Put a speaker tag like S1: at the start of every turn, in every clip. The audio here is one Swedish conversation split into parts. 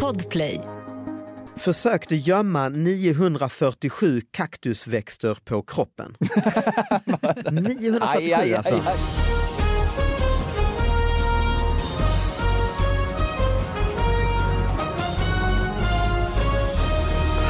S1: Podplay.
S2: Försökte gömma 947 kaktusväxter på kroppen. 947 alltså.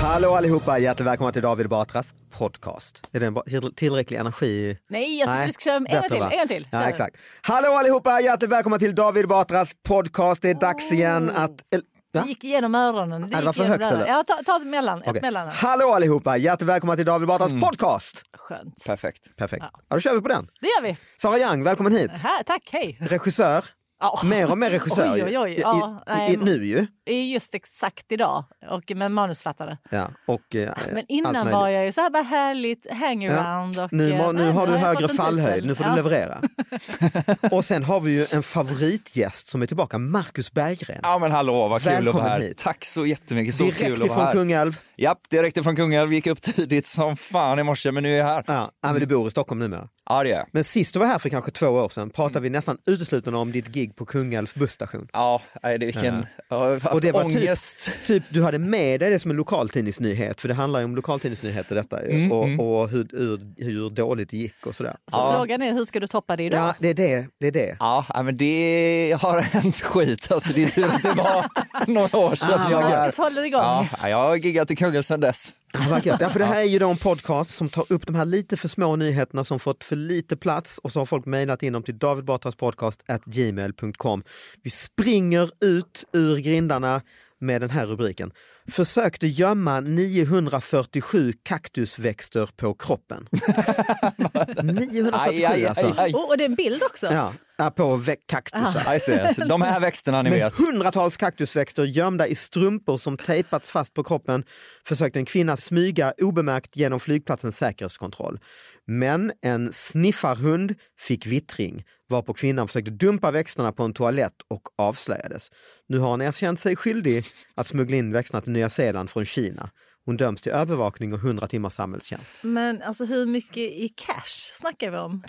S2: Hallå allihopa, hjärtligt välkomna till David Batras podcast. Är det en ba- till- tillräcklig energi?
S3: Nej, jag tycker
S2: Nej,
S3: vi ska köra en
S2: bättre,
S3: gång till.
S2: va?
S3: En gång till.
S2: Ja, exakt. Hallå allihopa, hjärtligt välkomna till David Batras podcast. Det är dags igen att... el- Va?
S3: Det gick igenom öronen. Det
S2: Äh, det
S3: gick
S2: var för
S3: igenom
S2: högt,
S3: öronen.
S2: eller?
S3: Ja, ta, ta ett mellan.
S2: Okej.
S3: Ett mellan. Mm.
S2: Hallå allihopa, hjärtligt välkomna till David Batras podcast.
S3: Skönt.
S4: Perfekt.
S2: Perfekt. Ja. då kör vi på den.
S3: Det gör vi.
S2: Sara Young, välkommen hit.
S3: Här, tack, hej.
S2: Regissör.
S3: Ja.
S2: Mer och mer regissör
S3: Oj,
S2: ju.
S3: oj, oj.
S2: I,
S3: Ja,
S2: i,
S3: nej.
S2: i, nu ju.
S3: Det är just exakt idag. Och med manusförfattare.
S2: Ja, och, eh,
S3: Men
S2: allt
S3: innan
S2: möjligt.
S3: var jag ju så här bara härligt hangaround. Och,
S2: Nu, må-
S3: eh,
S2: nu har du
S3: jag
S2: högre
S3: fått en
S2: fallhöjd,
S3: titel.
S2: nu får
S3: Ja.
S2: du leverera. och sen har vi ju en favoritgäst som är tillbaka, Marcus Berggren.
S4: Ja men hallå, vad kul att
S2: Välkommen
S4: vara här.
S2: hit.
S4: Tack så jättemycket, så
S2: Direkt
S4: kul att vara
S2: ifrån
S4: här.
S2: Kungälv.
S4: Japp, direkt ifrån Kungälv, gick upp tidigt som fan i morse men nu är jag här.
S2: Ja, ja, men du bor i Stockholm numera.
S4: Ja det är jag.
S2: Men sist du var här för kanske två år sedan
S4: Mm.
S2: pratade vi nästan uteslutande om ditt gig på Kungälvs busstation.
S4: Ja, nej, det, vilken, jag har haft
S2: Och det var
S4: ångest.
S2: Typ, typ du hade med dig det som en lokaltidningsnyhet, för det handlar ju om lokaltidningsnyheter detta ju.
S4: Mm,
S2: och, och hur, hur, hur dåligt det gick och sådär.
S3: Så frågan är hur ska du toppa det idag?
S2: Ja, det är det. det, är det.
S4: Ja, nej, men det har hänt skit. Alltså, det är tur att det var några år sedan
S2: Ah,
S4: jag
S2: vad
S4: är.
S3: Marcus håller igång.
S4: Ja, jag har giggat i Kungälv sedan dess.
S2: Ja, vad gött. Ja, för det här är ju då en podcast som tar upp de här lite för små nyheterna som fått för lite plats och så har folk mejlat in dem till davidbatraspodcast.gmail.com. Vi springer ut ur grindarna med den här rubriken. Försökte gömma 947 kaktusväxter på kroppen. 947
S4: Aj, aj,
S2: alltså.
S4: aj, aj.
S3: Och, och det är en bild också.
S2: Ja, ja, på vä- kaktusar.
S4: Ja, just det. De här växterna ni
S2: Med
S4: vet.
S2: hundratals kaktusväxter gömda i strumpor som tejpats fast på kroppen försökte en kvinna smyga obemärkt genom flygplatsens säkerhetskontroll. Men en sniffarhund fick vittring varpå kvinnan försökte dumpa växterna på en toalett och avslöjades. Nu har hon erkänt sig skyldig att smuggla in växterna till Nya Zeeland från Kina. Hon döms till övervakning och 100 timmars samhällstjänst.
S3: Men alltså hur mycket i cash snackar vi om?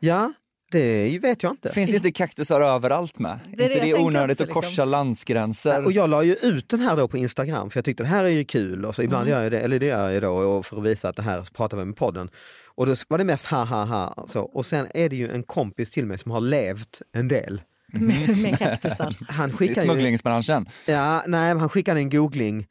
S2: Ja, det vet jag inte.
S4: Finns inte kaktusar överallt med?
S3: det
S4: inte
S3: jag
S4: det är
S3: tänkte
S4: onödigt
S3: också,
S4: att korsa
S3: liksom.
S4: landsgränser?
S2: Och jag la ju ut den här då på Instagram för jag tyckte det här är ju kul och så
S4: Mm.
S2: ibland gör jag det, eller det gör jag då och för att visa att det här pratar vi med podden. Och då var det mest ha ha ha. Så. Och sen är det ju en kompis till mig som har levt en del.
S3: Med, med kaktusar.
S2: Han
S4: I
S2: skickar ju,
S4: smugglingsbranschen?
S2: ja, nej, men han skickade en googling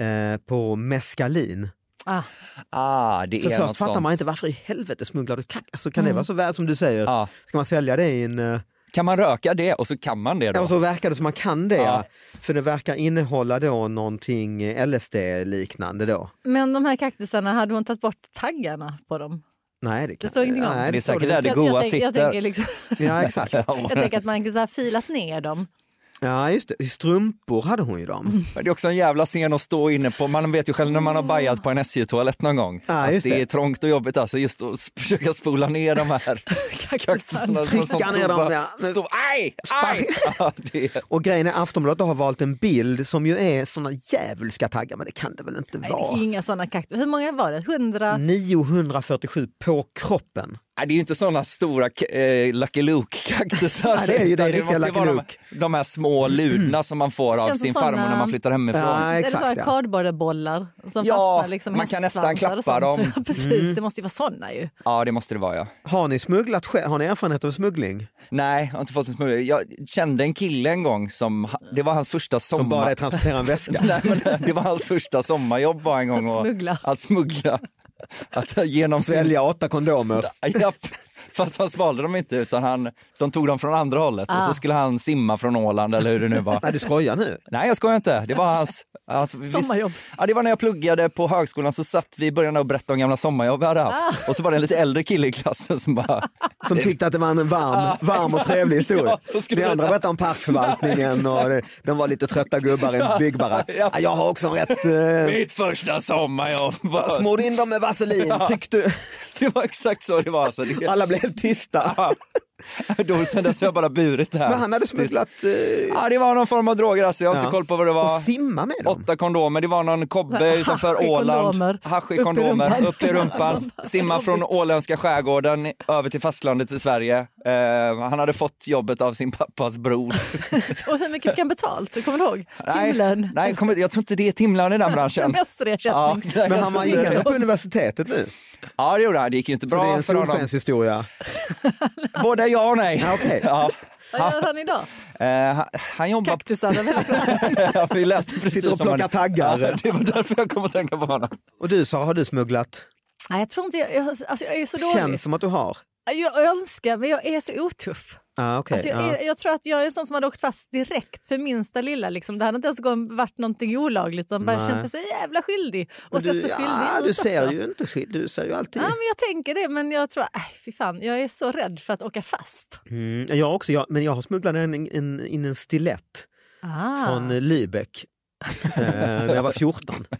S2: eh, på meskalin.
S3: Ah.
S4: Ah, det
S2: För
S4: är något
S2: först fattar
S4: sånt. Mm.
S2: man inte varför i helvete smugglar du kack? Alltså, kan det vara så väl som du säger?
S4: Ja.
S2: Ska man sälja det i en... eh,
S4: Kan man röka det och så kan man det då?
S2: Ja, och så verkar det som man kan det, ja.
S4: Ja.
S2: för det verkar innehålla då någonting eh, LSD-liknande då.
S3: Men de här kaktusarna, hade hon tagit bort taggarna på dem?
S2: Nej, det, kan,
S3: står ingenting om.
S2: nej,
S4: Det är
S2: står
S4: säkert där det
S3: Jag- jag
S4: goa
S3: tänk- Jag
S4: sitter.
S3: tänker, liksom,
S2: Ja, exakt.
S3: jag tänker att man så här filat ner dem.
S2: Ja, just det. I strumpor hade hon ju
S3: Mm.
S2: dem.
S4: Men det är också en jävla scen att stå inne på. Man vet ju själv när man har bajat på en SJ-toalett någon gång.
S2: Ja,
S4: att
S2: just det.
S4: är trångt och jobbigt alltså. Just att s- försöka spola ner de här kaktusarna.
S2: Trycka
S4: som
S2: ner dem,
S4: bara
S2: ja. Men-
S4: Stå, aj, aj! Ja, det,
S2: Och grejen är Aftonbladet har valt en bild som ju är såna djävulska taggar, men det kan det väl inte
S3: Nej, det
S2: vara?
S3: är inga sådana kaktusar. Hur många var det?
S4: Mm.
S3: Hundra?
S2: 947 på kroppen.
S4: Nej, det är ju inte sådana stora eh, Lucky Luke-kaktusar.
S2: Nej, det är ju den riktiga
S4: måste
S2: Lucky
S4: vara
S2: Luke.
S4: De, de här små ludna som man får av
S3: Känns som
S4: sin farmor
S3: såna-
S4: när man flyttar hemifrån.
S2: Ja,
S3: Eller
S2: exakt.
S3: sådana
S2: Ja.
S3: kardborrebollar som
S4: Ja,
S3: fastnar liksom i
S4: man kan nästan
S3: hästsvansar och
S4: klappa
S3: sånt.
S4: dem. Mm.
S3: Ja, precis, det måste ju vara sådana ju.
S4: Ja, det måste det vara ja.
S2: Har ni smugglat själv? Har ni erfarenhet av smuggling?
S4: Nej, jag har inte fått en smuggling. Jag kände en kille en gång som, det var hans första sommar.
S2: Som bara är transportera en väska?
S4: Nej, men det var hans första sommarjobb var en gång.
S3: Att
S4: och-
S3: smuggla.
S4: Att smuggla. Att genom sin-
S2: Sälja åtta kondomer?
S4: Japp. Fast han svalde dem inte utan han, de tog dem från andra hållet och
S3: Ah.
S4: så skulle han simma från Åland eller hur det nu var.
S2: Nej, du skojar nu?
S4: Nej jag skojar inte, det var hans... hans vi-
S3: Sommarjobb.
S4: Ja, det var när jag pluggade på högskolan så satt vi i början och berättade om gamla sommarjobb vi hade haft
S3: Ah.
S4: och så var det en lite äldre kille i klassen som bara
S2: Som tyckte att det var en varm, varm och trevlig historia.
S4: Ja, så skulle
S2: De andra berättade om parkförvaltningen och det- de var lite trötta gubbar i en byggbarack.
S4: Ja.
S2: Ja, Jag har också en rätt... Eh,
S4: Mitt första sommarjobb! var-
S2: smorde in dem med vaselin, tryckte...
S4: Det var exakt så det var. Så det,
S2: Alla blev helt tysta.
S4: Ja. Då sen dess har jag bara burit det här.
S2: Men han hade smugglat eh,
S4: Ja, det var någon form av droger alltså. Jag har
S2: Ja.
S4: inte koll på vad det var.
S2: och simma med dem.
S4: Åtta kondomer, det var någon kobbe
S3: Hasch i
S4: utanför
S3: kondomer.
S4: Åland. Hasch i
S3: Upp i
S4: kondomer,
S3: rumpan. alltså,
S4: upp i rumpan, simma från åländska skärgården över till fastlandet i Sverige. Eh, han hade fått jobbet av sin pappas bror.
S3: Och hur mycket fick han betalt? Kommer du ihåg?
S4: Nej,
S3: Timlön?
S4: Nej, kommer- jag tror inte det är timlön i den branschen. Ja,
S3: Semesterersättning?
S4: nej,
S2: Men
S4: jag
S2: han
S4: tror
S2: var-
S4: inte
S2: gick
S4: det.
S2: ändå på universitetet nu.
S4: ja, det gjorde han. Det gick ju inte
S2: Så det är
S4: bra
S2: en
S4: för honom.
S2: solskenshistoria.
S4: Både ja och nej.
S2: Ja, okej.
S4: Ja.
S3: Vad gör han idag?
S4: Eh, han, han jobbar...
S3: Kaktusar? eller vad?
S4: ja, vi läste precis
S2: Sitter och
S4: om honom.
S2: plockar taggar.
S4: Ja, det var därför jag kom att tänka på honom.
S2: Och du sa, har du smugglat?
S3: Nej, jag tror inte jag... jag- Alltså, jag är så dålig.
S2: Känns som att du har.
S3: Jag önskar, men jag är så otuff.
S2: Ah, okay,
S3: Alltså, jag,
S2: ja.
S3: är, jag tror att jag är en sån som hade åkt fast direkt för minsta lilla. Liksom. Det hade inte ens gått- varit någonting olagligt utan bara
S2: Nej.
S3: känt mig så jävla skyldig. Och
S2: Men
S3: sett
S2: du,
S3: så skyldig
S2: ja,
S3: ut
S2: du ser
S3: också.
S2: ju inte skill- Du ser ju alltid.
S3: Ja, men jag tänker det, men jag tror... Äh, fy fan, jag är så rädd för att åka fast.
S2: Mm, jag också, jag, men jag har smugglat en, en, in en stilett
S3: Ah,
S2: från eh, Lübeck eh, när jag var 14. Vi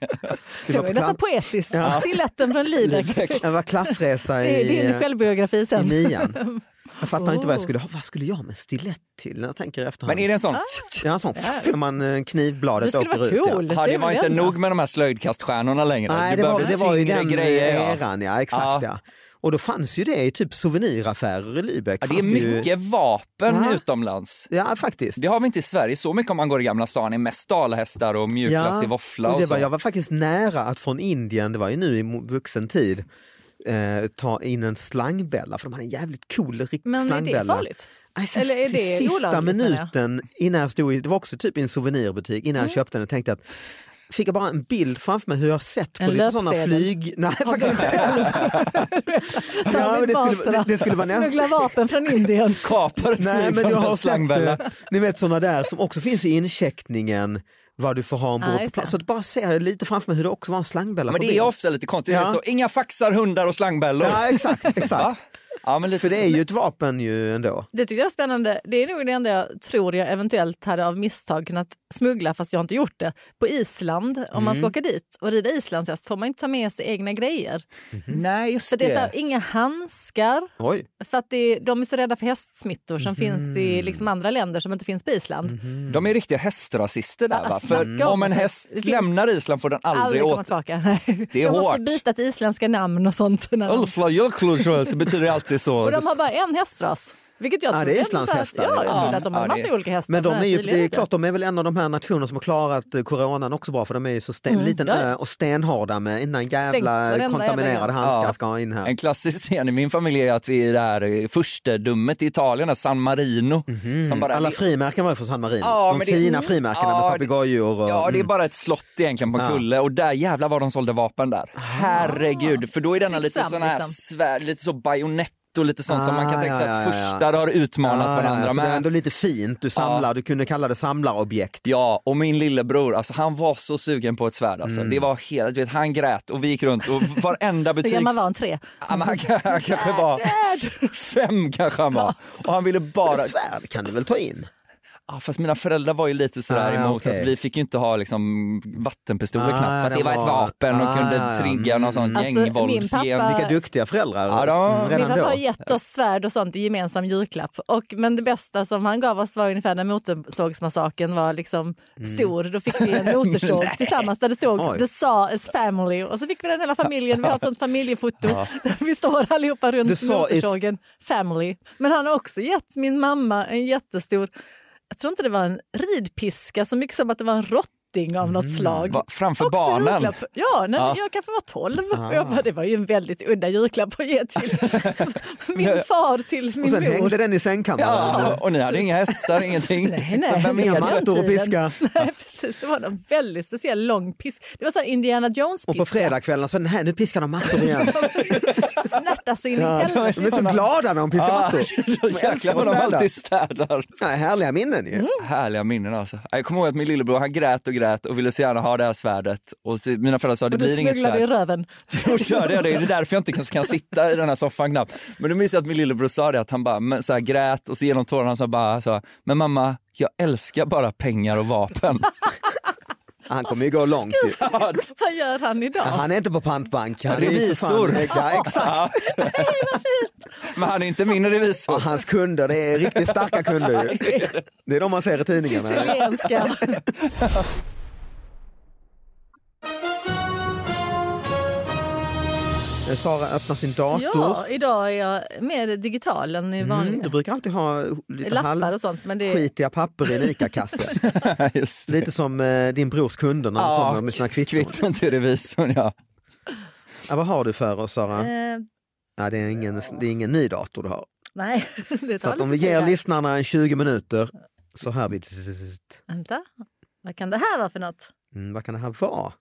S3: det var
S2: var på
S3: ju
S2: klass,
S3: nästan poetiskt.
S2: Ja.
S3: Stiletten från Lübeck.
S2: jag var klassresa
S3: Det är
S2: i,
S3: din
S2: eh,
S3: självbiografi
S2: i
S3: sen.
S2: nian. Jag fattar inte vad jag
S3: Oh.
S2: skulle ha. Vad skulle jag med stilett till? Jag tänker efter.
S4: Men är det en sån...
S2: Ja, en sån när man eh,
S3: Du
S2: knivbladet
S3: skulle
S2: åker
S3: vara
S2: ut. ja.
S3: cool.
S4: Ja, det
S3: är
S4: var
S3: väl
S4: inte
S3: den då.
S4: nog med de här slöjdkaststjärnorna längre.
S2: Nej,
S4: du
S2: det var,
S4: behövde
S2: det var ju
S4: tyngre
S2: den
S4: grejer. ja.
S2: eran, ja. Exakt, ja.
S4: Ja.
S2: Och då fanns ju det i typ souveniraffärer i Lübeck.
S4: Ja, det är
S2: fanns
S4: mycket
S2: Ju,
S4: vapen
S2: Ja.
S4: utomlands.
S2: ja, faktiskt.
S4: Det har vi inte i Sverige så mycket om man går i Gamla stan. Det är mest dalhästar och mjukglass i våffla
S2: och
S4: och
S2: det var,
S4: så.
S2: jag var faktiskt nära att från Indien, det var ju nu i mo- vuxen tid, eh, ta in en slangbella för de hade en jävligt cool rik-
S3: Men är
S2: slangbälla.
S3: det farligt?
S2: Alltså,
S3: Eller är
S2: till
S3: det
S2: sista
S3: olagligt, menar jag? Mm.
S2: minuten innan jag stod i, det var också typ i en souvenirbutik, innan jag köpte den och tänkte att Fick jag bara en bild framför mig hur jag har sett på
S3: En
S2: lite sådana
S3: löpsedel.
S2: flyg... Nej faktiskt inte. Ja, men det skulle- det- det skulle vara nästan-
S3: Smuggla vapen från Indien.
S4: Kapar ett
S2: Nej
S4: flyg
S2: men
S4: från
S2: jag
S4: en
S2: har
S4: slangbella.
S2: sett, eh, ni vet sådana där som också finns i incheckningen vad du får ha
S3: Ja,
S2: ombord på
S3: just
S2: plats.
S3: det.
S2: Så att bara ser jag lite framför mig hur det också var en slangbella
S4: Men
S2: på
S4: det är
S2: bild.
S4: ofta lite konstigt.
S2: Ja.
S4: Så, inga faxar, hundar och slangbällor.
S2: Ja exakt,
S4: Va?
S2: exakt.
S4: Ja, men lite
S2: För det
S4: så.
S2: är ju ett vapen ju ändå.
S3: Det tycker jag är spännande. Det är nog det enda jag tror jag eventuellt hade av misstag kunnat smuggla, fast jag har inte gjort det. På Island, om man
S2: Mm.
S3: ska åka dit och rida islandshäst får man inte ta med sig egna grejer.
S4: Nej, just
S3: För det är så här,
S4: det.
S3: inga handskar,
S2: Oj.
S3: för att det är, de är så rädda för hästsmittor som finns
S2: Mhm.
S3: i liksom, andra länder som inte finns på Island.
S4: De är riktiga hästrasister där.
S3: Ja,
S4: Va?
S3: snacka
S4: För
S3: om
S4: om en
S3: att-
S4: häst
S3: det finns-
S4: lämnar Island får den aldrig
S3: Aldrig komma
S4: åter...
S3: tillbaka.
S4: Det är
S3: de
S4: hårt.
S3: måste byta till isländska namn och sånt. När de,
S4: Ulfla Jökullsjö, så betyder det alltid så.
S3: och de har bara en hästras. Vilket jag
S2: Ja,
S3: trodde
S2: det är
S3: ändå så här-
S2: islandshästar,
S3: Ja,
S2: ja.
S3: jag trodde att de
S4: Ja,
S3: har
S4: det-
S3: massa olika hästar.
S2: Men de
S3: här
S2: är ju,
S3: tydligen
S2: det är
S3: inte.
S2: klart, de är väl en av de här nationerna som har klarat eh, coronan också bra för de är ju så sten,
S3: Mm.
S2: liten ö och stenhårda med innan jävla
S3: varenda jävla
S2: kontaminerade
S3: gräns.
S2: handskar
S4: Ja.
S2: ska in här.
S4: En klassisk scen i min familj är att vi är där första dummet i Italien, där San Marino. Som bara,
S2: Mhm, Alla
S4: det-
S2: frimärken var ju från San Marino.
S4: Ja,
S2: de
S4: men det- Mm.
S2: fina frimärkena
S4: Ja,
S2: med
S4: det-
S2: papegojor. Och...
S4: Ja, det är bara ett slott egentligen på en
S2: Mm. Ja. Ah.
S4: kulle och där jävlar vad de sålde vapen där. Herregud, för då är denna
S3: Fritt
S4: lite
S3: fram,
S4: sån här
S3: liksom.
S4: svärd, lite så bajonett och lite sånt som man
S2: Ah,
S4: kan tänka sig
S2: ja,
S4: att
S2: ja, ja, ja.
S4: första har utmanat
S2: Ja, ja,
S4: varandra
S2: så Det är
S4: med.
S2: ändå lite fint, du samlar, du kunde kalla det samlarobjekt.
S4: Ja, och min lillebror, alltså han var så sugen på ett svärd alltså.
S2: Mm.
S4: Det var hela, du vet, han grät och vi gick runt och varenda
S3: Hur
S4: butik...
S3: gammal var han? Tre?
S4: Ja, men han, han kanske var fem kanske han var. Och han ville bara...
S2: Svärd kan du väl ta in?
S4: Ja, fast mina föräldrar var ju lite sådär
S2: Ah, ja,
S4: emot.
S2: okej.
S4: Alltså, vi fick ju inte ha liksom, vattenpistoler
S2: Ah,
S4: knappt för att
S2: det
S4: det var ett
S2: var-
S4: vapen och
S2: ah, mm. ja,
S4: kunde trigga någon sån
S3: Alltså, min
S4: gängvåldsgen.
S3: pappa-
S2: Vilka duktiga föräldrar
S4: Ja, de-
S2: mm,
S3: Min
S2: redan
S3: pappa
S2: då.
S3: har gett oss svärd och sånt i gemensam julklapp. Och, men det bästa som han gav oss var ungefär när motorsågsmassaken var liksom stor. Då fick vi en motorsåg tillsammans där det
S2: Mm. Oj.
S3: stod The Saw is family. Och så fick vi den hela familjen. Vi har ett sånt familjefoto där vi står allihopa
S2: The
S3: runt
S2: Saw is-
S3: motorsågen. Family. Men han har också gett min mamma en jättestor, jag tror inte det var en ridpiska så mycket som att det var en rotting av
S2: Mm.
S3: något slag.
S4: Va, framför
S3: Också
S4: barnen.
S3: julklapp. Ja, när
S4: Ja.
S3: jag kanske var 12.
S2: Ah.
S3: Och jag bara, det var ju en väldigt udda julklapp att ge till min far till min
S2: Och sen
S3: mor.
S2: hängde den i sängkammaren.
S4: Ja, och ni hade inga hästar, ingenting.
S3: Nej, nej,
S4: Så vem
S3: det
S4: är
S2: Inga
S3: den
S4: det?
S2: mattor och
S3: tiden.
S2: piska.
S3: Nej, precis. Det var en väldigt speciell lång pisk. Det var så här Indiana
S2: Och på
S3: Jones-piska.
S2: fredagskvällarna så nej, nu piskar de mattor igen.
S3: Snärta så in i
S2: Ja, de är
S3: helvete.
S2: så glada när de piskar
S4: Ja,
S2: mattor.
S4: Jäklar vad de
S2: städa.
S4: alltid städar.
S2: Nej, härliga minnen
S3: Mm.
S2: ju.
S4: Härliga minnen alltså. Jag kommer ihåg att min lillebror han grät och grät och ville så gärna ha det här svärdet. Och så, mina föräldrar sa det
S3: Och du
S4: blir inget svärd.
S3: smugglade i röven.
S4: Då körde jag det, det är därför jag inte kan, kan sitta i den här soffan knappt. Men då minns jag att min lillebror sa det, att han bara men, så här, grät och så genom tårarna han sa bara så här, men mamma, jag älskar bara pengar och vapen.
S2: Han kommer ju gå långt ju.
S3: Vad gör han idag?
S2: Han är inte på pantbank. Han är ju för fan-
S4: Revisor.
S2: Ja, exakt.
S4: Men han är inte min revisor.
S2: Och hans kunder, det är riktigt starka kunder ju. Det är de man ser i tidningarna.
S3: Sicilienska.
S2: Sara öppnar sin dator.
S3: Ja, idag är jag mer digital än i vanliga.
S2: Mm, du brukar alltid ha lite
S3: Lappar och sånt. Men det är...
S2: halvskitiga papper i en ICA-kasse.
S4: Just det.
S2: Lite som eh, din brors kunder när de
S4: Ja,
S2: kommer med sina kvitton.
S4: Kvitton till revisorn ja.
S2: Ja, vad har du för oss Sara?
S3: Eh,
S2: Ja, det, är ingen, det är ingen ny dator du har.
S3: nej, det
S2: Så
S3: tar
S2: att om
S3: lite
S2: vi
S3: tid
S2: ger
S3: här.
S2: lyssnarna en 20 minuter så hör vi... zzzzt.
S3: Vänta, vad kan det här vara för något?
S2: Mm, vad kan det här vara?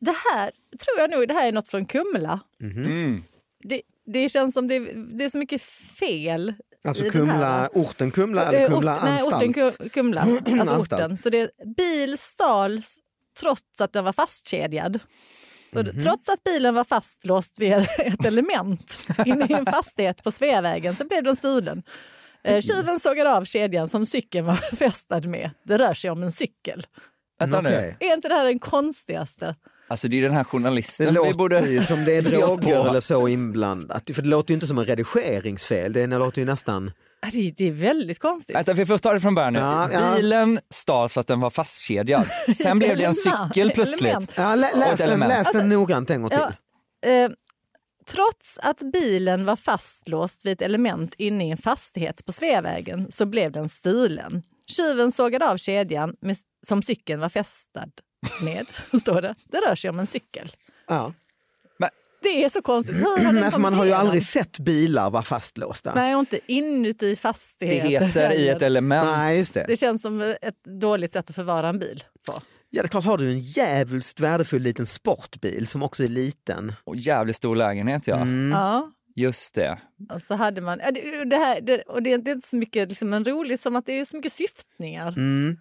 S3: Det här tror jag nog det här är något från Kumla.
S4: Mm.
S3: Det, det känns som det, det är så mycket fel.
S2: Alltså
S3: i den
S2: Kumla,
S3: här.
S2: orten Kumla eller
S3: Eh,
S2: Kumla
S3: ort- nej, orten
S2: anstalt?
S3: Ku- Kumla. Alltså
S2: Anstalt.
S3: orten. Så det är bil stals trots att den var fastkedjad. Så
S2: Mhm.
S3: det- Trots att bilen var fastlåst vid ett element inne i en fastighet på Sveavägen så blev den stulen.
S2: Mm.
S3: Eh, Tjuven sågade av kedjan som cykeln var fästad med. Det rör sig om en cykel.
S4: Vänta nu.
S2: Okej.
S3: Är inte det här den konstigaste?
S4: Alltså det är den här
S2: Det
S4: journalisten vi
S2: låter ju
S4: borde...
S2: som det är
S4: ge oss på.
S2: droger eller så inblandat. För det låter ju inte som en redigeringsfel. Det låter ju nästan...
S3: Ah, Det, det är väldigt konstigt.
S4: Vänta, vi får ta det från början nu.
S2: Ja, ja.
S4: Bilen stals för att den var fastkedjad. Sen blev det en
S3: Element.
S4: cykel plötsligt.
S3: Element.
S2: Ja, lä- läs,
S4: ett
S2: den,
S4: element.
S2: läs den noggrant en gång till.
S3: Ja, eh, trots att bilen var fastlåst vid ett element inne i en fastighet på Sveavägen så blev den stulen. Tjuven sågade av kedjan med, som cykeln var fästad med. står det. det rör sig om en cykel.
S2: Ja.
S3: Det är så konstigt. Hur har den
S2: Nej, för man
S3: kommit
S2: har ju
S3: igenom?
S2: aldrig sett bilar vara fastlåsta.
S3: Nej, och inte inuti
S4: Det
S3: fastigheten.
S4: heter i ett element.
S2: Nej, just det.
S3: Det känns som ett dåligt sätt att förvara en bil på.
S2: Ja, det är klart, har du en jävligt värdefull liten sportbil som också är liten.
S4: Och jävligt stor lägenhet ja.
S2: Mm.
S3: Ja.
S4: Just det.
S3: Och så hade man, ja, det, det här, det, och det, det är inte så mycket liksom, en rolig som att det är så mycket syftningar.
S2: Mm.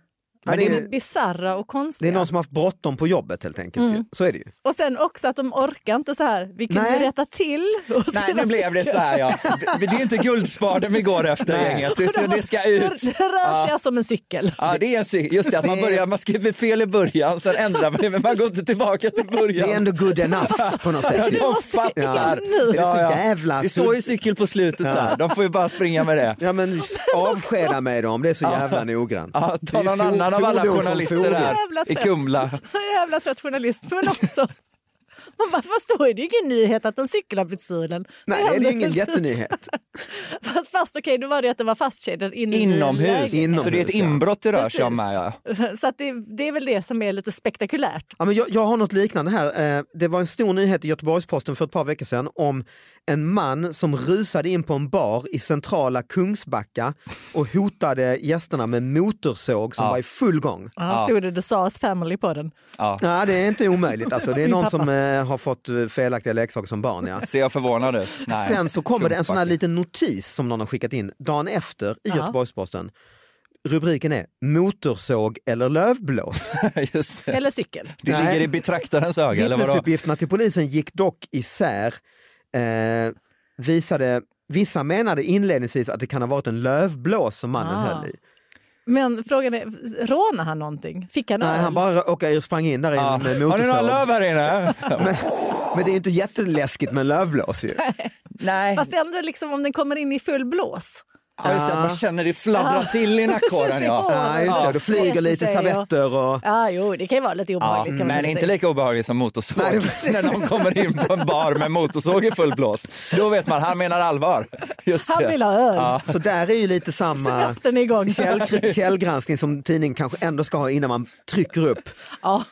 S2: Ja, det,
S3: det
S2: är,
S3: är bisarra och
S2: det
S3: konstiga.
S2: är någon som har haft bråttom på jobbet helt enkelt. ju. Så är det ju.
S3: Och sen också att de orkar inte så här, vi kunde
S2: Nej.
S3: rätta till. Och
S4: Nej,
S3: sen-
S4: nu blev det så här ja. Det är inte guldspaden vi går efter
S2: Nej.
S4: gänget, utan det ska
S3: Det
S4: ut.
S3: rör sig som en cykel.
S4: Ja, det är en cykel. Just det, att man, börjar, man skriver fel i början, sen ändrar man det, men man går inte tillbaka till
S2: Det är
S4: början.
S2: ändå good enough på något sätt. ju.
S4: De
S2: Ja.
S4: fattar.
S2: Det är så jävla
S4: Det står ju cykel på slutet där, de får ju bara springa med det.
S2: Ja men avskeda mig då om det är så jävla noggrant.
S4: Ja,
S2: Det
S4: ta
S2: är ju
S4: någon
S2: for-
S4: annan av alla
S2: fordon som
S4: journalister
S2: fordon.
S4: där
S3: Jävla
S4: i
S3: trött.
S4: Kumla.
S3: Jag är jävla trött journalist, men också... Man bara, fast då är det ju ingen nyhet att en cykel har blivit svulen.
S2: Nej det är ju
S3: händer
S2: ingen
S3: precis.
S2: jättenyhet.
S3: Fast, fast okej, då var det att den var fastkedjad inne i
S4: Inomhus.
S3: lägenheten.
S4: så det är ett
S2: Inomhus, ja.
S4: inbrott det rör
S3: Precis.
S4: sig om här. Ja.
S3: Så att det, det är väl det som är lite spektakulärt.
S2: Ja, men jag, jag har något liknande här. Eh, Det var en stor nyhet i Göteborgs-Posten för ett par veckor sedan om en man som rusade in på en bar i centrala Kungsbacka och hotade gästerna med motorsåg som var i full gång.
S3: Ja. Stod det The Sars Family på den.
S4: Ja.
S2: Ja, det är inte omöjligt. Alltså, det är
S3: Min
S2: någon
S3: pappa.
S2: som eh, har fått eh, felaktiga leksaker som barn. Ja.
S4: Ser jag förvånad ut? Nej.
S2: Sen så kommer det en sån här
S4: Kungsbacka.
S2: liten notis som någon har skickat in dagen efter i
S3: Ja.
S2: Göteborgs-Posten. Rubriken är Motorsåg eller lövblås.
S4: Just det.
S3: Eller cykel.
S4: Det
S2: Nej.
S4: ligger i betraktarens öga, eller vadå?
S2: Vittnesuppgifterna till polisen gick dock isär. Eh, visade, vissa menade inledningsvis att det kan ha varit en lövblås som mannen
S3: Ah.
S2: höll i.
S3: Men frågan är, rånade han någonting? Fick han
S2: Nej,
S3: öl?
S2: han bara åkade, sprang in där
S4: Ja.
S2: inne med
S4: Ah. Har ni några löv
S2: motorsåg.
S4: här inne?
S2: Men, men det är ju inte jätteläskigt med en lövblås ju.
S4: Nej,
S3: Fast ändå liksom om den kommer in i full blås.
S4: ja, just det, att man känner det fladdra till i nackhåren.
S3: Precis, i
S4: Ja.
S3: håret.
S2: Ja, just det. Då flyger
S3: reser
S2: lite
S3: sig och-
S2: servetter och...
S3: Ja, jo, det kan ju vara lite
S4: Ja,
S3: obehagligt. kan man
S4: men
S3: väl
S4: inte
S3: säga.
S4: lika obehaglig som motorsåg.
S2: Nej,
S4: När de kommer in på en bar med motorsåg i full blås, då vet man, han menar allvar. Just
S3: Han
S4: det.
S3: vill ha öl.
S4: Ja.
S2: Så där är ju lite samma
S3: Semestern är igång.
S2: källkri- källgranskning som tidningen kanske ändå ska ha innan man trycker upp.
S3: Ja.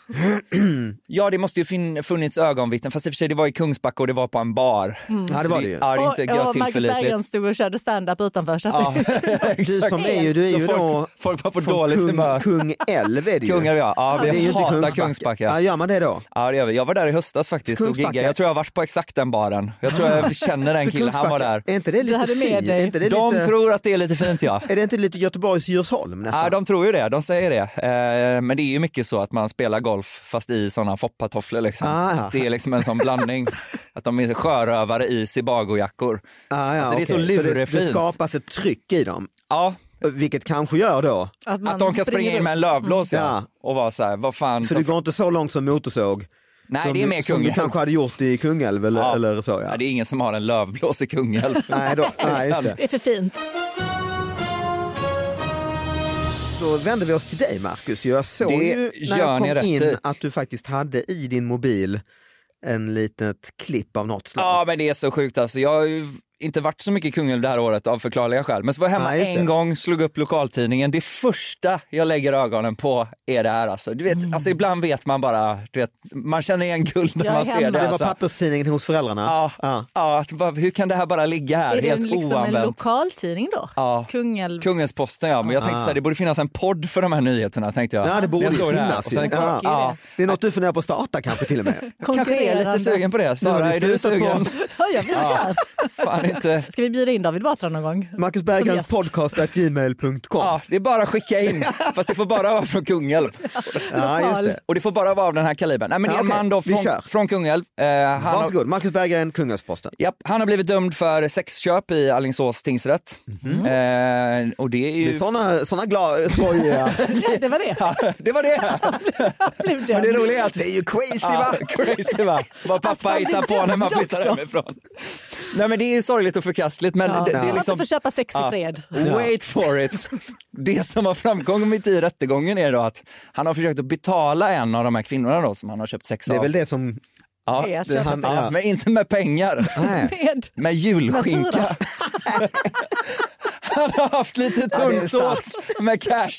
S4: Ja, det måste ju fin- funnits ögonvittnen, fast i och för sig det var i Kungsbacka och det var på en bar.
S2: Ja, det var det ju.
S4: Ja, det är
S3: Mm. Och,
S4: inte ja,
S3: och Marcus Berggren
S4: tillförlitligt.
S3: stod och körde stand-up utanför. Så att
S4: Ja,
S2: Du
S4: exakt.
S2: som är ju, du är
S4: Så
S2: ju
S4: folk,
S2: då
S4: folk var på
S2: från
S4: dåligt
S2: kung,
S4: humör.
S2: kung älv är det ju.
S4: Kungar ja, ja
S2: Det är
S4: vi
S2: ju inte
S4: hatar Kungsbacka.
S2: Ja, gör man det då?
S4: Ja, det gör vi. Jag var där i höstas faktiskt och
S2: Kungsbacka.
S4: giggade. Jag tror jag har varit på exakt den baren. Jag tror jag känner den
S2: För
S4: killen, han var
S2: Kungsbacka,
S4: där.
S2: Är inte det lite
S3: hade med
S2: fint?
S3: dig.
S2: Är inte det
S4: De
S2: lite,
S4: tror att det är lite fint ja.
S2: är det inte lite Göteborgs Djursholm nästan?
S4: Ja, de tror ju det, de säger det. Eh, Men det är ju mycket så att man spelar golf fast i sådana foppatofflor. Liksom.
S2: Ah.
S4: Det är liksom en sån blandning. Att de är sjörövare i sibagojackor.
S2: Ah, ja,
S4: alltså, det är så
S2: okej. det, det
S4: lurefint.
S2: skapas ett tryck i dem,
S4: Ja,
S2: vilket kanske gör då,
S3: man
S4: att de kan springa
S3: springer
S4: in med en
S3: ut.
S4: lövblås ja.
S2: Mm. Ja.
S4: och vara så här, vad fan.
S2: för du går inte så långt som motorsåg.
S4: Nej,
S2: som,
S4: det är
S2: som
S4: mer
S2: du
S4: Kungälv.
S2: kanske hade gjort i Kungälv eller,
S4: Ja.
S2: eller så. Ja.
S4: Ja, det är ingen som har en lövblås i Kungälv.
S2: Nej, då, nej, just det.
S3: Det är för fint.
S2: Då vänder vi oss till dig Marcus. Jag såg
S4: Det
S2: ju när
S4: gör
S2: jag
S4: ni
S2: kom
S4: rätt
S2: in
S4: i.
S2: att du faktiskt hade i din mobil en litet klipp av något slag.
S4: Ja, men det är så sjukt alltså. Jag har ju inte varit så mycket i Kungälv det här året av förklarliga skäl. Men så var jag hemma
S2: Nej, just det.
S4: en gång, slog upp lokaltidningen. Det första jag lägger ögonen på är det här alltså. Du vet,
S2: Mm.
S4: alltså ibland vet man bara, du vet, man känner igen guld när
S3: Jag är
S4: man ser
S3: hemma.
S4: det.
S2: det var
S4: Alltså.
S2: papperstidningen hos föräldrarna.
S4: Ja,
S2: Ja.
S4: ja. att bara, hur kan det här bara ligga här
S3: Är det
S4: helt
S3: liksom en
S4: oanvänt?
S3: lokaltidning då?
S4: Ja.
S3: Kungälvs...
S4: Kungälvsposten ja, men jag tänkte så här, det borde finnas en podd för de här nyheterna tänkte jag.
S2: Ja, det borde
S4: Jag
S2: ju
S4: såg här.
S2: finnas
S4: Och
S2: ju.
S4: sen-
S2: Ja.
S4: ja.
S2: Det är något du funderar på att starta kanske till och med.
S4: Kanske är jag lite sugen på det.
S2: Nu har
S4: Sara,
S2: du
S4: är du
S2: slutat
S4: sugen?
S2: på-
S3: Ja, ja, vi kör.
S4: Fan inte.
S3: Ska vi bjuda in David Batra någon gång?
S2: Marcus
S3: Som
S2: Berggrens
S3: gäst.
S2: podcast at gmail.com.
S4: Ja, det är bara att skicka in. Fast det får bara vara från Kungälv.
S2: ja, just det.
S4: Och det får bara vara av den här kalibern. Nej, men det är
S2: Ja,
S4: en
S2: okej.
S4: man då
S2: Vi kör.
S4: från, från Kungälv. Eh, han, har,
S2: Varsågod, Marcus Berggren, Kungälvsposten.
S4: japp, han har blivit dömd för sexköp i Alingsås tingsrätt. Eh, och det är
S2: Mhm. Det
S4: ju...
S2: är såna, såna glada, skojiga...
S3: Ja, det var det.
S4: Ja, det var det!
S3: Blev
S4: Men det
S3: det.
S4: roliga är att...
S2: Det är ju crazy
S4: Ja,
S2: va?
S4: crazy va? Vad pappa
S3: man
S4: hittar
S3: blir
S4: på när man
S3: dömd
S4: flyttar
S3: också.
S4: hemifrån. Nej men det är ju sorgligt och förkastligt men
S3: Ja.
S4: det, det
S3: Man
S4: är liksom...
S3: får köpa sex i
S4: Ja.
S3: fred.
S4: Wait for it. Det som har framkommit i rättegången är då att han har försökt att betala en av de här kvinnorna då som han har köpt sex
S2: Det är
S4: av.
S2: väl det som...
S4: ja,
S3: det är att
S4: det-
S3: köpa
S4: han,
S2: sex.
S4: ja, men inte med pengar,
S2: Nej.
S3: Med
S4: med julskinka.
S3: natura.
S4: Han har haft lite
S2: Ja, det är
S4: tunnsåt med cash.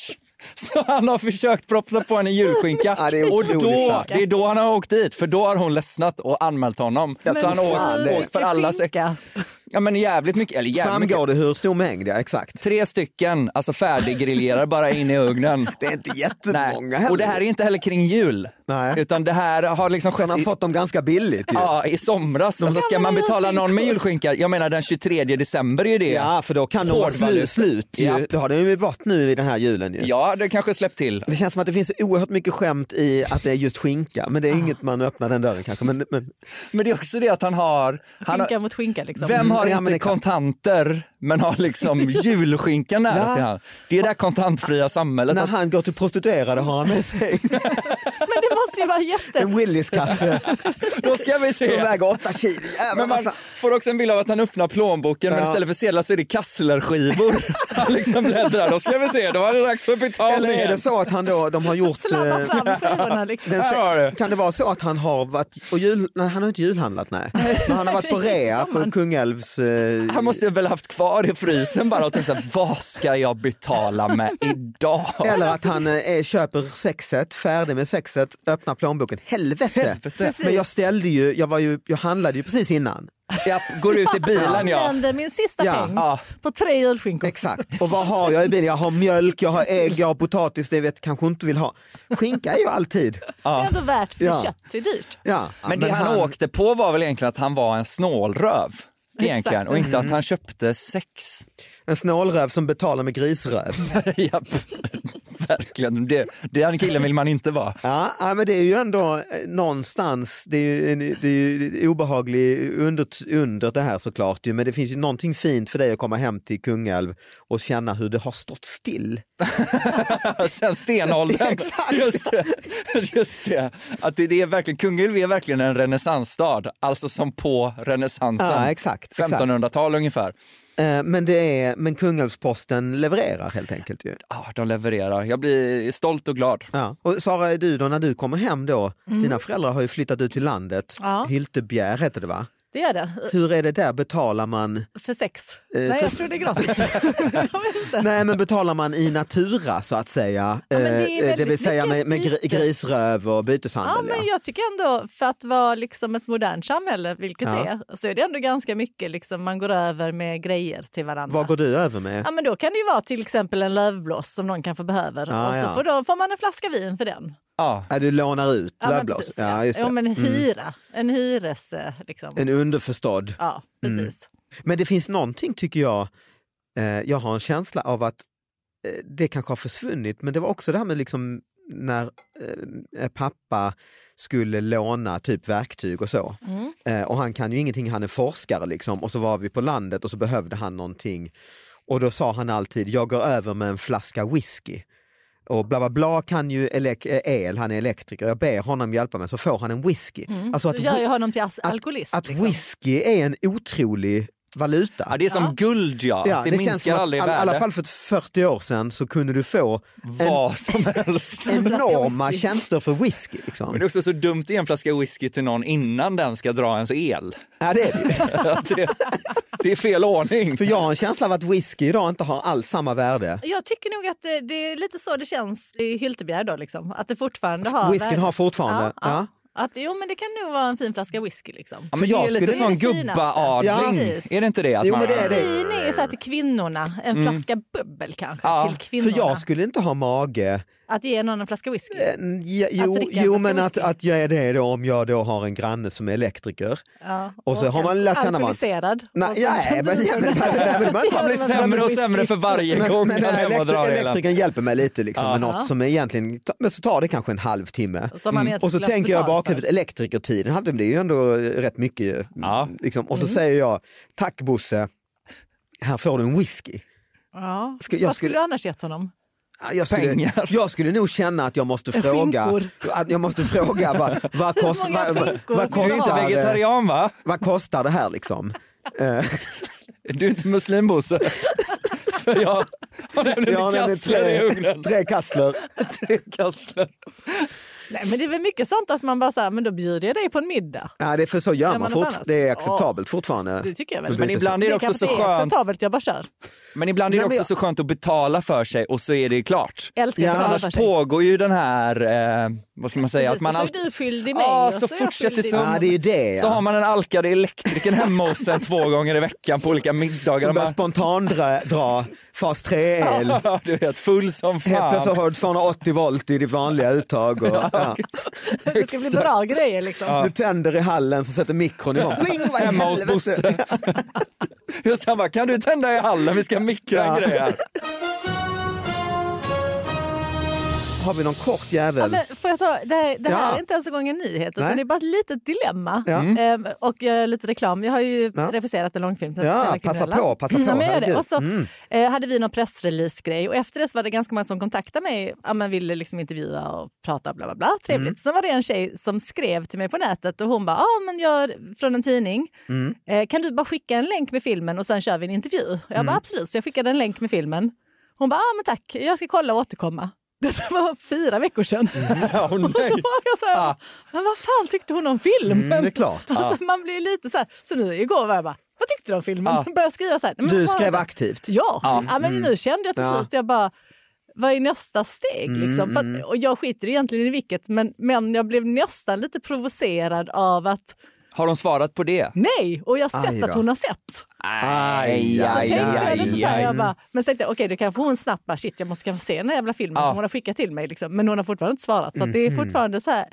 S4: Så han har försökt propsa på henne i julskinka
S2: Ja, det är
S4: och
S2: otroligt
S4: då,
S2: starkt.
S4: det är då han har åkt dit för då har hon ledsnat och anmält honom. så han har
S2: fan,
S4: åkt,
S2: det-
S4: åkt för alla se-
S3: skinka.
S4: Ja men jävligt mycket, eller jävligt mycket.
S2: Framgår det hur stor mängd, ja exakt.
S4: Tre stycken, alltså färdiggriljerar bara in i ugnen.
S2: Det är inte jättemånga
S4: Nej.
S2: heller.
S4: Och det här är inte heller kring jul.
S2: Nej.
S4: Utan det här har liksom
S2: Han
S4: skett
S2: har
S4: i,
S2: fått dem ganska billigt ju.
S4: ja, i somras. Alltså, ska man betala någon med julskinka? Jag menar den 23 december är ju det.
S2: Ja, för då kan de vara
S4: Hårdvaluta.
S2: slut. slut ju.
S4: Ja.
S2: Det har det ju varit nu i den här julen ju.
S4: Ja, det kanske släppt till.
S2: Det känns som att det finns oerhört mycket skämt i att det är just skinka, men det är
S4: Ah.
S2: inget man öppnar den dörren kanske. Men, men,
S4: Men det är också det att han har... Han
S3: Skinka
S4: har
S3: mot skinka liksom.
S4: vem har
S2: Ja, men
S4: inte
S2: exakt.
S4: kontanter men har liksom julskinka nära
S2: Ja.
S4: till han? Det är det här kontantfria samhället.
S2: när
S4: Att,
S2: han går till prostituerade har han med sig
S3: Men det måste ju vara jätte...
S2: en Willys-kaffe
S4: då ska vi
S2: som
S4: se.
S2: väger åtta kilo. Jävla
S4: Men man
S2: massa.
S4: får också en bild av att han öppnar plånboken men
S2: Alltså. Ja.
S4: istället för sedlar så är det kasslerskivor. han liksom bläddrar. Då ska vi se, då var det dags för betalningen.
S2: Eller är det så att han då, de har gjort...
S3: Slamma
S2: eh,
S3: fram skivorna liksom.
S2: den,
S4: Här har du.
S2: kan det vara så att han har varit, och jul, nej, han har inte julhandlat nej, men han har varit på rea på Kungälvs... Eh,
S4: Han måste ju väl haft kvar i frysen bara och tänkt såhär, vad ska jag betala med idag?
S2: Eller att han eh, är, köper sexet, färdig med sexet, öppnar plånboken. Helvete! Men jag ställde ju, jag, var ju, jag handlade ju precis innan.
S4: Jag går ut i bilen
S3: Jag
S4: ja.
S3: använde min sista
S2: Ja.
S3: peng
S4: Ja.
S3: på tre julskinkor.
S2: Exakt. Och vad har jag i bilen? Jag har mjölk, jag har ägg, jag har potatis, det vet kanske inte vill ha. Skinka är ju alltid.
S3: Det är ändå värt för
S2: Ja.
S3: kött är dyrt.
S2: Ja.
S4: Men det han, åkte på var väl egentligen att han var en snålröv. Egentligen.
S3: Exakt.
S4: Och inte att han köpte sex.
S2: En snålröv som betalar med grisröv.
S4: Japp. Verkligen, det, den killen vill man inte vara.
S2: Ja, ja, men det är ju ändå eh, någonstans, det är ju, en- det är ju obehaglig under, under det här såklart ju, men det finns ju någonting fint för dig att komma hem till Kungälv och känna hur det har stått still.
S4: Sen stenåldern.
S2: Exakt.
S4: Just det. Just det. Att det, det är verkligen, Kungälv är verkligen en renässansstad. Alltså som på renässansen.
S2: Ja, exakt. exakt.
S4: 1500-tal ungefär.
S2: Eh, Men, det är, men Kungälvsposten levererar helt enkelt ju.
S4: Ah, de levererar. Jag blir stolt och glad.
S2: Ja. Och Sara, är du då när du kommer hem då, dina föräldrar har ju flyttat ut till landet,
S3: Mm. Ja.
S2: Hyltebjer heter det va?
S3: Det gör det.
S2: Hur är det där, betalar man,
S3: För sex.
S4: Eh,
S2: för-
S3: Nej, jag tror det är gratis. jag vet inte.
S2: nej men betalar man i natura så att säga?
S3: men det är
S2: Eh, eh, det vill
S3: väldigt
S2: säga med, med gri-
S3: mycket bytes.
S2: grisröv och
S3: Ja,
S2: byteshandel?
S3: men jag tycker ändå, för att vara liksom ett modernt samhälle, vilket
S2: Ja.
S3: det är, så är det ändå ganska mycket liksom, man går över med grejer till varandra.
S2: Vad går du över med?
S3: Ja, men då kan det ju vara till exempel en lövblås som någon kanske behöver
S2: Ja,
S3: och så
S2: Ah, ja.
S3: får, då, får man en flaska vin för den.
S4: Ja.
S2: Ja, du lånar ut
S3: Ja, men
S2: lövblås?
S3: precis,
S2: Ja, just
S3: Jo,
S2: det. Mm.
S3: men hyra, en hyres... eh, Liksom.
S2: En Mm. underförstådd.
S3: Ja, precis.
S2: Men det finns någonting tycker jag, eh, jag har en känsla av att eh, det kanske har försvunnit, men det var också det här med liksom när eh, pappa skulle låna typ verktyg och så.
S3: Mm.
S2: Eh, och han kan ju ingenting, han är forskare liksom. Och så var vi på landet och så behövde han någonting. Och då sa han alltid, jag går över med en flaska whisky. och bla bla bla kan ju elek- eh, el, han är elektriker, jag ber honom hjälpa mig så får han en whisky. Alltså att,
S3: Du Mm. gör ju
S2: whi-
S3: honom till as- alkoholist.
S2: att
S3: liksom.
S2: whisky är en otrolig valuta.
S4: Ja, det är som
S3: Ja.
S4: guld ja,
S2: Ja,
S4: att det,
S2: känns
S4: minskar
S2: som att
S4: aldrig i
S2: all- I alla
S4: värde.
S2: fall för 40 år sedan så kunde du få
S4: Vad som helst.
S3: En flaska
S2: enorma
S3: whisky.
S2: tjänster för whisky. Liksom.
S4: Men det är också så dumt att ge en flaska whisky till någon innan den ska dra ens el.
S2: Ja, det är det. ju.
S4: Att det, det är fel ordning.
S2: För jag har en känsla av att whisky idag inte har alls samma värde.
S3: Jag tycker nog att eh, det, det är lite så det känns i Hyltebjerg. Då, liksom. Att det fortfarande har...
S2: Whiskyn har fortfarande.
S3: Ja, ja.
S2: Ja.
S3: Att, jo, men det kan nog vara en fin flaska whisky. Liksom.
S4: Ja,
S2: För
S4: men det
S2: jag
S4: är lite
S2: skulle-
S4: sån
S3: Det är det finaste.
S4: gubbaadling.
S3: Ja. Precis.
S4: Är det inte det? Att
S2: Jo, men det är det. Mm.
S3: Vin är ju så här till kvinnorna, en flaska bubbel kanske
S4: Ja,
S3: till
S2: För
S3: kvinnorna.
S2: jag skulle inte ha mage.
S3: Att ge någon en flaska whisky.
S2: Eh, ja, Jo,
S3: dricka en
S2: jo
S3: flaska
S2: men att,
S3: whisky.
S2: att jag är det då om jag då har en granne som är elektriker.
S3: Ja,
S2: Och så har man lärt känna man.
S3: Alkoholiserad.
S2: Nej,
S3: Och sen-
S2: nej, men, nej, men, nej, men, nej, men,
S4: Han blir
S3: Men-
S4: sämre och sämre för varje gång
S2: men den
S4: han
S2: här
S4: är hemma och
S2: elektri-
S4: drar elen.
S2: elektrikern hjälper mig lite liksom, med
S3: Ja.
S2: något som är egentligen, men så tar det kanske en halvtimme.
S3: Som man egentligen
S2: Mm. Och så
S3: skulle ha
S2: tänker jag i
S3: betalt för.
S2: bakhuvudet, elektrikertiden, en halvtimme, det är ju ändå rätt mycket.
S4: Ja.
S2: Liksom.
S3: Mm.
S2: Och så säger jag, tack Bosse, här får du en whisky.
S3: Ja.
S2: Ska- jag
S3: Vad skulle
S2: skulle-
S3: du annars gett honom?
S2: Jag skulle,
S4: Pengar.
S2: jag skulle nog känna att jag måste fråga,
S3: Skinkor.
S2: att jag måste fråga vad, vad, kost,
S3: många
S2: vad, vad,
S3: skinkor
S2: vad,
S3: ska du
S4: Du är inte
S2: kostar, det-
S4: vegetarian va?
S2: vad kostar det här liksom?
S4: Du är inte muslim Bosse? För jag har nämligen
S2: har nämligen
S4: kassler i ugnen.
S2: tre kassler.
S4: Tre kassler.
S3: Nej, men det är väl mycket sånt att man bara så här, men då bjuder jag dig på en middag.
S2: Ja, det är för så
S3: Gör
S2: gör
S3: man
S2: man,
S3: något
S2: fort,
S3: annat?
S2: det är acceptabelt
S3: Det
S2: fortfarande.
S3: tycker jag
S2: Men
S3: väl.
S4: Men
S2: Lite så.
S4: ibland är det också
S3: kanske
S4: så
S3: inte är
S4: skönt.
S3: acceptabelt, jag bara kör.
S4: Men ibland är det
S2: Nej, men
S4: också så skönt att betala för sig och så är det klart.
S3: Jag älskar
S2: Ja,
S3: att betala för
S4: Annars
S3: sig.
S4: pågår ju den här, eh, vad ska man säga,
S3: Precis,
S4: att man
S3: så är
S4: alltid
S3: du skyldig mig
S4: Ja,
S3: och
S4: så
S3: så är jag
S4: fortsätter
S3: skyldig
S4: så.
S3: dig.
S2: Ja, det är ju det.
S4: Så har
S2: Ja.
S4: man den alkade elektrikern hemma hos sig två gånger i veckan på olika middagar.
S2: Som
S4: Och
S2: börjar
S4: man,
S2: spontandra dra fas 3-el.
S4: Ja, du vet, full som
S2: Helt
S4: fan.
S2: plötsligt har du 280 volt i ditt vanliga uttag. Och, ja.
S3: Det ska bli bra grejer liksom.
S2: Du tänder i hallen så sätter mikron igång. Bling, vad i
S4: Hemma hos
S2: helvete?
S4: Bosse. Just han bara, kan du tända i hallen? Vi ska mikra en
S2: Ja.
S4: grej här.
S2: Har vi någon kort jävel?
S3: Men får jag ta, det här, det här
S2: Ja.
S3: är inte ens en gång en nyhet, utan
S2: Nej.
S3: det är bara ett litet dilemma.
S2: Ja.
S4: Mm.
S3: Ehm, och eh, lite reklam. Jag har ju
S2: Ja.
S3: regisserat en långfilm. som
S2: Ja,
S3: heter Snälla
S2: passa
S3: kriminella.
S2: på, passa på,
S3: Ja, Mm, men jag gör det.
S2: herregud. Mm.
S3: Och så eh, hade vi någon pressrelease-grej och efter det så var det ganska många som kontaktade mig. Ja, men ville liksom intervjua och prata bla bla bla. Trevligt.
S2: Mm.
S3: Sen var det en tjej som skrev till mig på nätet och hon bara, ah, men jag från en tidning.
S2: Mm.
S3: Eh, kan du bara skicka en länk med filmen och sen kör vi en intervju? Jag
S2: Mm.
S3: bara absolut, så jag skickade en länk med filmen. Hon bara, ah, men tack, jag ska kolla och återkomma. Det var fyra veckor sedan.
S2: Mm.
S4: Åh,
S3: Så
S4: nej.
S3: var jag så här, men vad fan tyckte hon om filmen?
S2: Ah. Mm, det är klart.
S3: Alltså, man blir ju lite så här, så nu igår var jag bara, vad tyckte du om filmen?
S4: Ja.
S3: Började skriva så här, men
S2: Ah. Du
S3: vad-
S2: skrev aktivt.
S3: Ja, ja. men nu kände jag till
S2: Ja. Mm,
S3: slut, jag bara, vad är nästa steg? Liksom? För att, och jag skiter egentligen i vilket, men, men jag blev nästan lite provocerad av att
S4: Har de svarat på det?
S3: nej, och jag har sett
S2: Aj då.
S3: att hon har sett.
S2: Aj,
S3: Så
S2: aj,
S3: tänkte jag lite
S2: aj,
S3: så här, jag bara, men så tänkte jag, okej, då kanske hon snabbt bara, shit, jag måste kanske se den här jävla filmen
S4: Ja.
S3: som hon har skickat till mig, liksom. men hon har fortfarande inte svarat. Så att det
S2: Mhm.
S3: är fortfarande så här,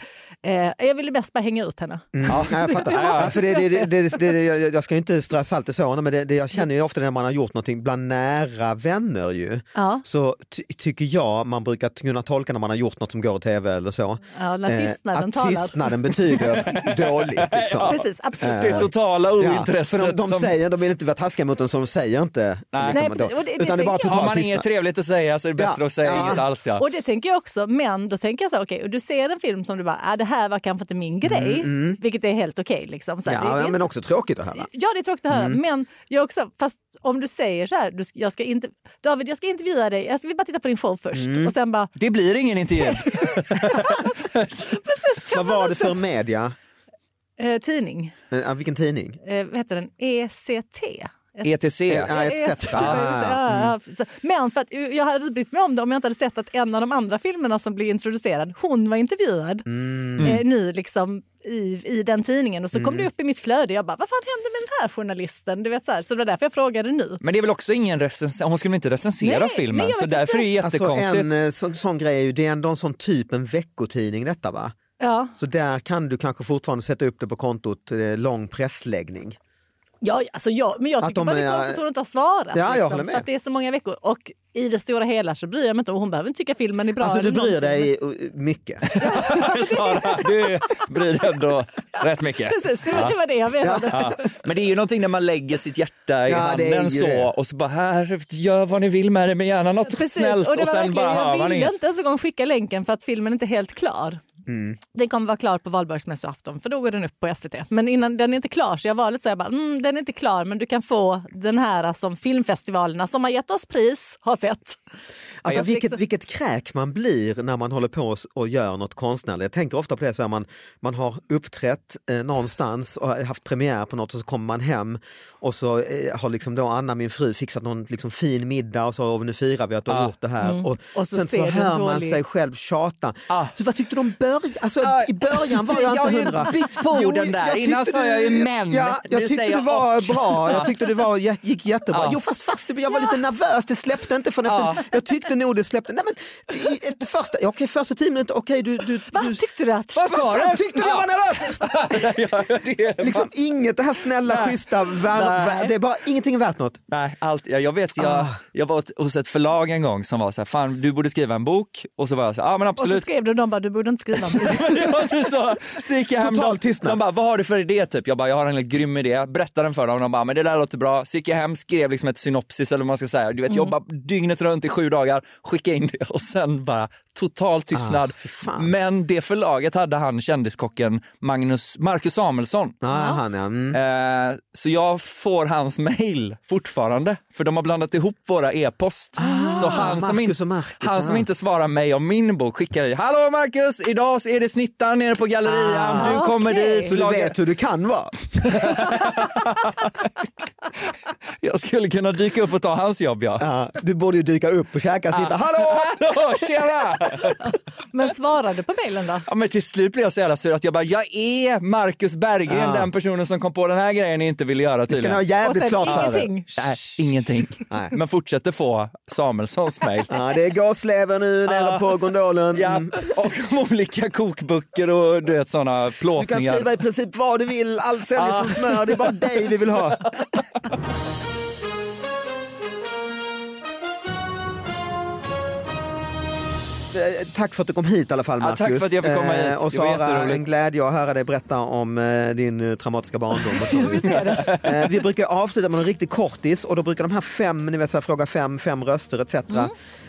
S3: eh, jag ville mest bara hänga ut henne.
S2: Ja, jag fattar. Ja, för det, det, det, det, det, jag, jag ska ju inte strö salt i såren men det, det, jag känner ju ofta när man har gjort någonting bland nära vänner ju.
S3: Ja.
S2: Så ty, tycker jag man brukar kunna tolka när man har gjort något som går i tv eller så.
S3: Ja, när
S2: eh,
S3: tystnaden
S2: att
S3: talar.
S2: tystnaden betyder dåligt. Liksom.
S3: Precis, absolut.
S4: Det
S2: Eh.
S4: totala
S2: Ja,
S4: ointresset.
S2: för de, de
S4: som-
S2: säger, de vill inte vara taskiga mot en så de säger inte.
S4: Nej.
S3: Nej,
S2: ändå.
S3: precis. Och det- det
S2: Utan det är bara
S3: tänker jag.
S4: Har
S2: total
S4: man inget
S2: tystnad.
S4: trevligt att säga så är det bättre
S2: Ja.
S4: att säga
S2: Ja.
S4: inget alls. Ja.
S3: Och det tänker jag också, men då tänker jag så här, okej, och du ser en film som du bara, äh, det här var kanske inte min grej, vilket är helt okej. liksom. Så här, det,
S2: Mm, Ja,
S3: det, är
S2: men Mm. också tråkigt att höra.
S3: Ja, det är tråkigt att höra. Men jag också, fast om du säger så här, du, jag ska inte, David jag ska intervjua dig, jag vill bara titta på din show först.
S2: Mm.
S3: Och sen bara,
S4: Det blir ingen intervju.
S2: Vad var det för media?
S3: eh, tidning,
S2: Eh, ja, vilken tidning? Eh,
S3: eh, vad heter den, ECT?
S4: ETC.
S2: Ja, ETC.
S3: ETC.
S2: Ah.
S3: Ja, ja. Så- Men för att jag hade inte brytt mig om det om jag inte hade sett att en av de andra filmerna som blir introducerad, hon var intervjuad
S2: Mm.
S3: eh, nu liksom i, i den tidningen och så kom det upp i mitt flöde. Jag bara, vad fan hände med den här journalisten? Du vet, så, här. så det var därför jag frågade nu.
S4: Men det är väl också ingen recension, hon skulle väl inte recensera
S3: Nej, nej,
S4: filmen
S3: jag
S4: så
S3: vet
S4: därför är det
S2: Alltså
S4: jättekonstigt.
S2: en eh, sån, sån grej är ju, det är ändå en sån typ en veckotidning detta va?
S3: Ja,
S2: Så där kan du kanske fortfarande sätta upp det på kontot eh, lång pressläggning.
S3: ja alltså jag, men jag
S2: Att
S3: tycker
S2: de
S3: bara det
S2: är-
S3: är konstigt att hon inte har svarat.
S2: Ja, jag
S3: liksom,
S2: håller med.
S3: För att det är så många veckor. Och i det stora hela så bryr jag mig inte. Och hon behöver inte tycka filmen är bra.
S2: Alltså du
S3: eller
S2: bryr
S3: någonting.
S2: dig eh, mycket.
S4: Sara, du bryr dig ändå rätt mycket.
S3: Precis, det, var- det var det jag menade.
S4: Ja. Men det är ju någonting när man lägger sitt hjärta i
S2: Ja, det är
S4: handen
S2: ju
S4: så
S2: det.
S4: och så bara här, gör vad ni vill med det men gärna något
S3: Precis,
S4: snällt och,
S3: det var
S4: sen
S3: verkligen-
S4: bara hör
S3: Jag
S4: man
S3: ville
S4: inget.
S3: inte ens en gång skicka länken för att filmen inte är helt klar. Den kommer vara klar på valborgsmässoafton för då går den upp på SVT. Men innan den är inte klar så jag var lite så jag bara, mm, den är inte klar men du kan få den här som filmfestivalerna som har gett oss pris har sett.
S2: Alltså
S3: jag-
S2: vilket, vilket kräk man blir när man håller på och gör något konstnärligt. Jag tänker ofta på det, så här, man, man har uppträtt eh, någonstans och har haft premiär på något och så kommer man hem och så eh, har liksom då Anna, min fru, fixat någon liksom, fin middag och så och nu firar vi att du har
S4: Ah.
S2: gjort det här. Och,
S3: Och så
S2: sen så
S3: ser du en
S2: hör man
S3: dålig-
S2: sig själv tjata.
S4: Ah.
S2: Så, vad tyckte du om början? Alltså, I början var jag
S4: Jag har
S2: inte
S4: ju
S2: hundra.
S4: bytt på
S2: Jo,
S4: orden där.
S2: tyckte
S4: Innan sa jag ju
S2: du-
S4: men.
S2: Ja, jag
S4: Nu
S2: tyckte
S4: säger
S2: du
S4: jag
S2: var
S4: och.
S2: Eh, bra, jag tyckte det var, jä- gick jättebra.
S4: Ja.
S2: Jo fast, fast jag var lite nervös, det släppte inte från efter, jag tyckte nog det släppte. Nej, men, i- efter första, ja, okej, första tio minuter, okej du, du,
S3: Va?
S2: du
S3: Tyckte du att...
S4: Vad sa
S2: fan,
S4: du?
S2: tyckte du jag var nervös?
S4: Ja, det är-
S2: Liksom inget, det här snälla, schyssta, vär,
S4: Nej.
S2: vär, det är bara, ingenting är värt något.
S4: Nej, allt, jag, jag vet, jag, jag var åt- hos ett förlag en gång som var så här, fan du borde skriva en bok och så var jag så här, ja men
S3: Och så
S4: absolut.
S3: skrev du och de bara, du borde inte skriva om det.
S4: Det var typ så, så gick jag hem,
S2: Total
S4: de-
S2: tystnad.
S4: de bara, vad har du för idé typ? Jag bara, jag har en helt grym idé, berättar den för dem, de bara, men det där låter bra. Så gick jag hem, skrev liksom ett synopsis eller vad man ska säga, du
S2: Mm.
S4: vet jobba dygnet runt i sju dagar, skicka in det och sen bara total tystnad.
S2: Ah, fy fan.
S4: men det förlaget hade han kändiskocken Magnus, Marcus Samuelsson.
S2: Ja, han, ja. Mm.
S4: Eh, Så jag får hans mail fortfarande, för de har blandat ihop våra e-post. så han som,
S2: Ah, Marcus
S4: inte-
S2: och Marcus,
S4: han som
S2: ja.
S4: inte svarar mig om min bok skickar ju, Hallå Marcus, idag så är det snittar nere på gallerian,
S2: Ah,
S4: du kommer
S3: okej.
S4: dit.
S2: Så du
S4: lagar-
S2: vet hur du kan vara.
S4: Jag skulle kunna dyka upp och ta hans jobb ja.
S2: Ja, du borde ju dyka upp och käka, sitta, hallå!
S4: Hallå, tjena!
S3: Men svarade på mejlen då?
S4: Ja, men till slut blev jag så jävla sur att jag bara, jag är Marcus Berggren,
S2: Ja.
S4: den personen som kom på den här grejen ni inte ville göra
S2: Det Ah. ska ni ha
S4: tydligen.
S3: Och
S2: jävligt
S3: sen
S2: klart för er.
S3: ingenting.
S4: Nej, ingenting.
S2: Nej.
S4: Men fortsätter få Samuelssons mail.
S2: Ja, det är gåslever nu nere på gondolen.
S4: Ja,
S2: Mm.
S4: och om olika kokböcker och du vet sådana
S2: Du kan
S4: plåtningar.
S2: skriva i princip vad du vill, allt säljs
S4: Ah.
S2: som smör, det är bara dig vi vill ha. Eh, Tack för att du kom hit i alla fall
S4: Ja,
S2: Marcus.
S4: tack för att jag fick komma
S2: Eh,
S4: hit.
S2: Och
S4: Det var
S2: Sara,
S4: jätteroligt.
S2: en glädje att höra dig berätta om eh, din eh, traumatiska barndom. Och så.
S3: Visst är det?
S2: Eh, vi brukar avsluta med en riktig kortis och då brukar de här fem, ni vet så här, fråga fem, fem röster etc.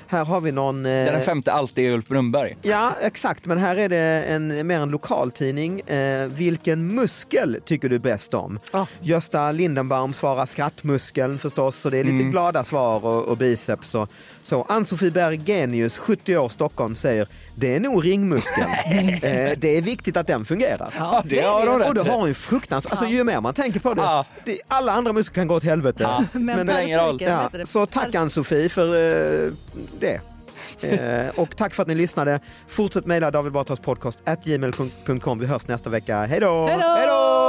S2: Här har vi någon... eh,
S4: Där Mm. den femte alltid är Ulf Brunnberg.
S2: Ja, exakt. Men här är det en, mer en lokaltidning. Eh, vilken muskel tycker du bäst om?
S3: Ah.
S2: Gösta Lindenbaum svarar skrattmuskeln förstås, så det är lite
S4: Mm.
S2: glada svar och, och biceps. Och, så Ann-Sofie Bergenius, 70 år, Stockholm, säger det är nog ringmuskeln. eh, det är viktigt att den fungerar.
S4: Ja, det har de
S2: Och det
S4: rätt
S2: har
S4: i.
S2: hon ju fruktansvärt, alltså ju mer man tänker på det,
S4: Ja.
S2: det alla andra muskler kan gå åt helvete.
S4: Men spelar ingen roll.
S3: Bergsviken
S2: Ja,
S3: heter det.
S2: så tack Ann-Sofie för eh, det. Eh, och tack för att ni lyssnade. Fortsätt mejla davidbatraspodcast at gmail.com. Vi hörs nästa vecka. Hej då!
S3: Hej då!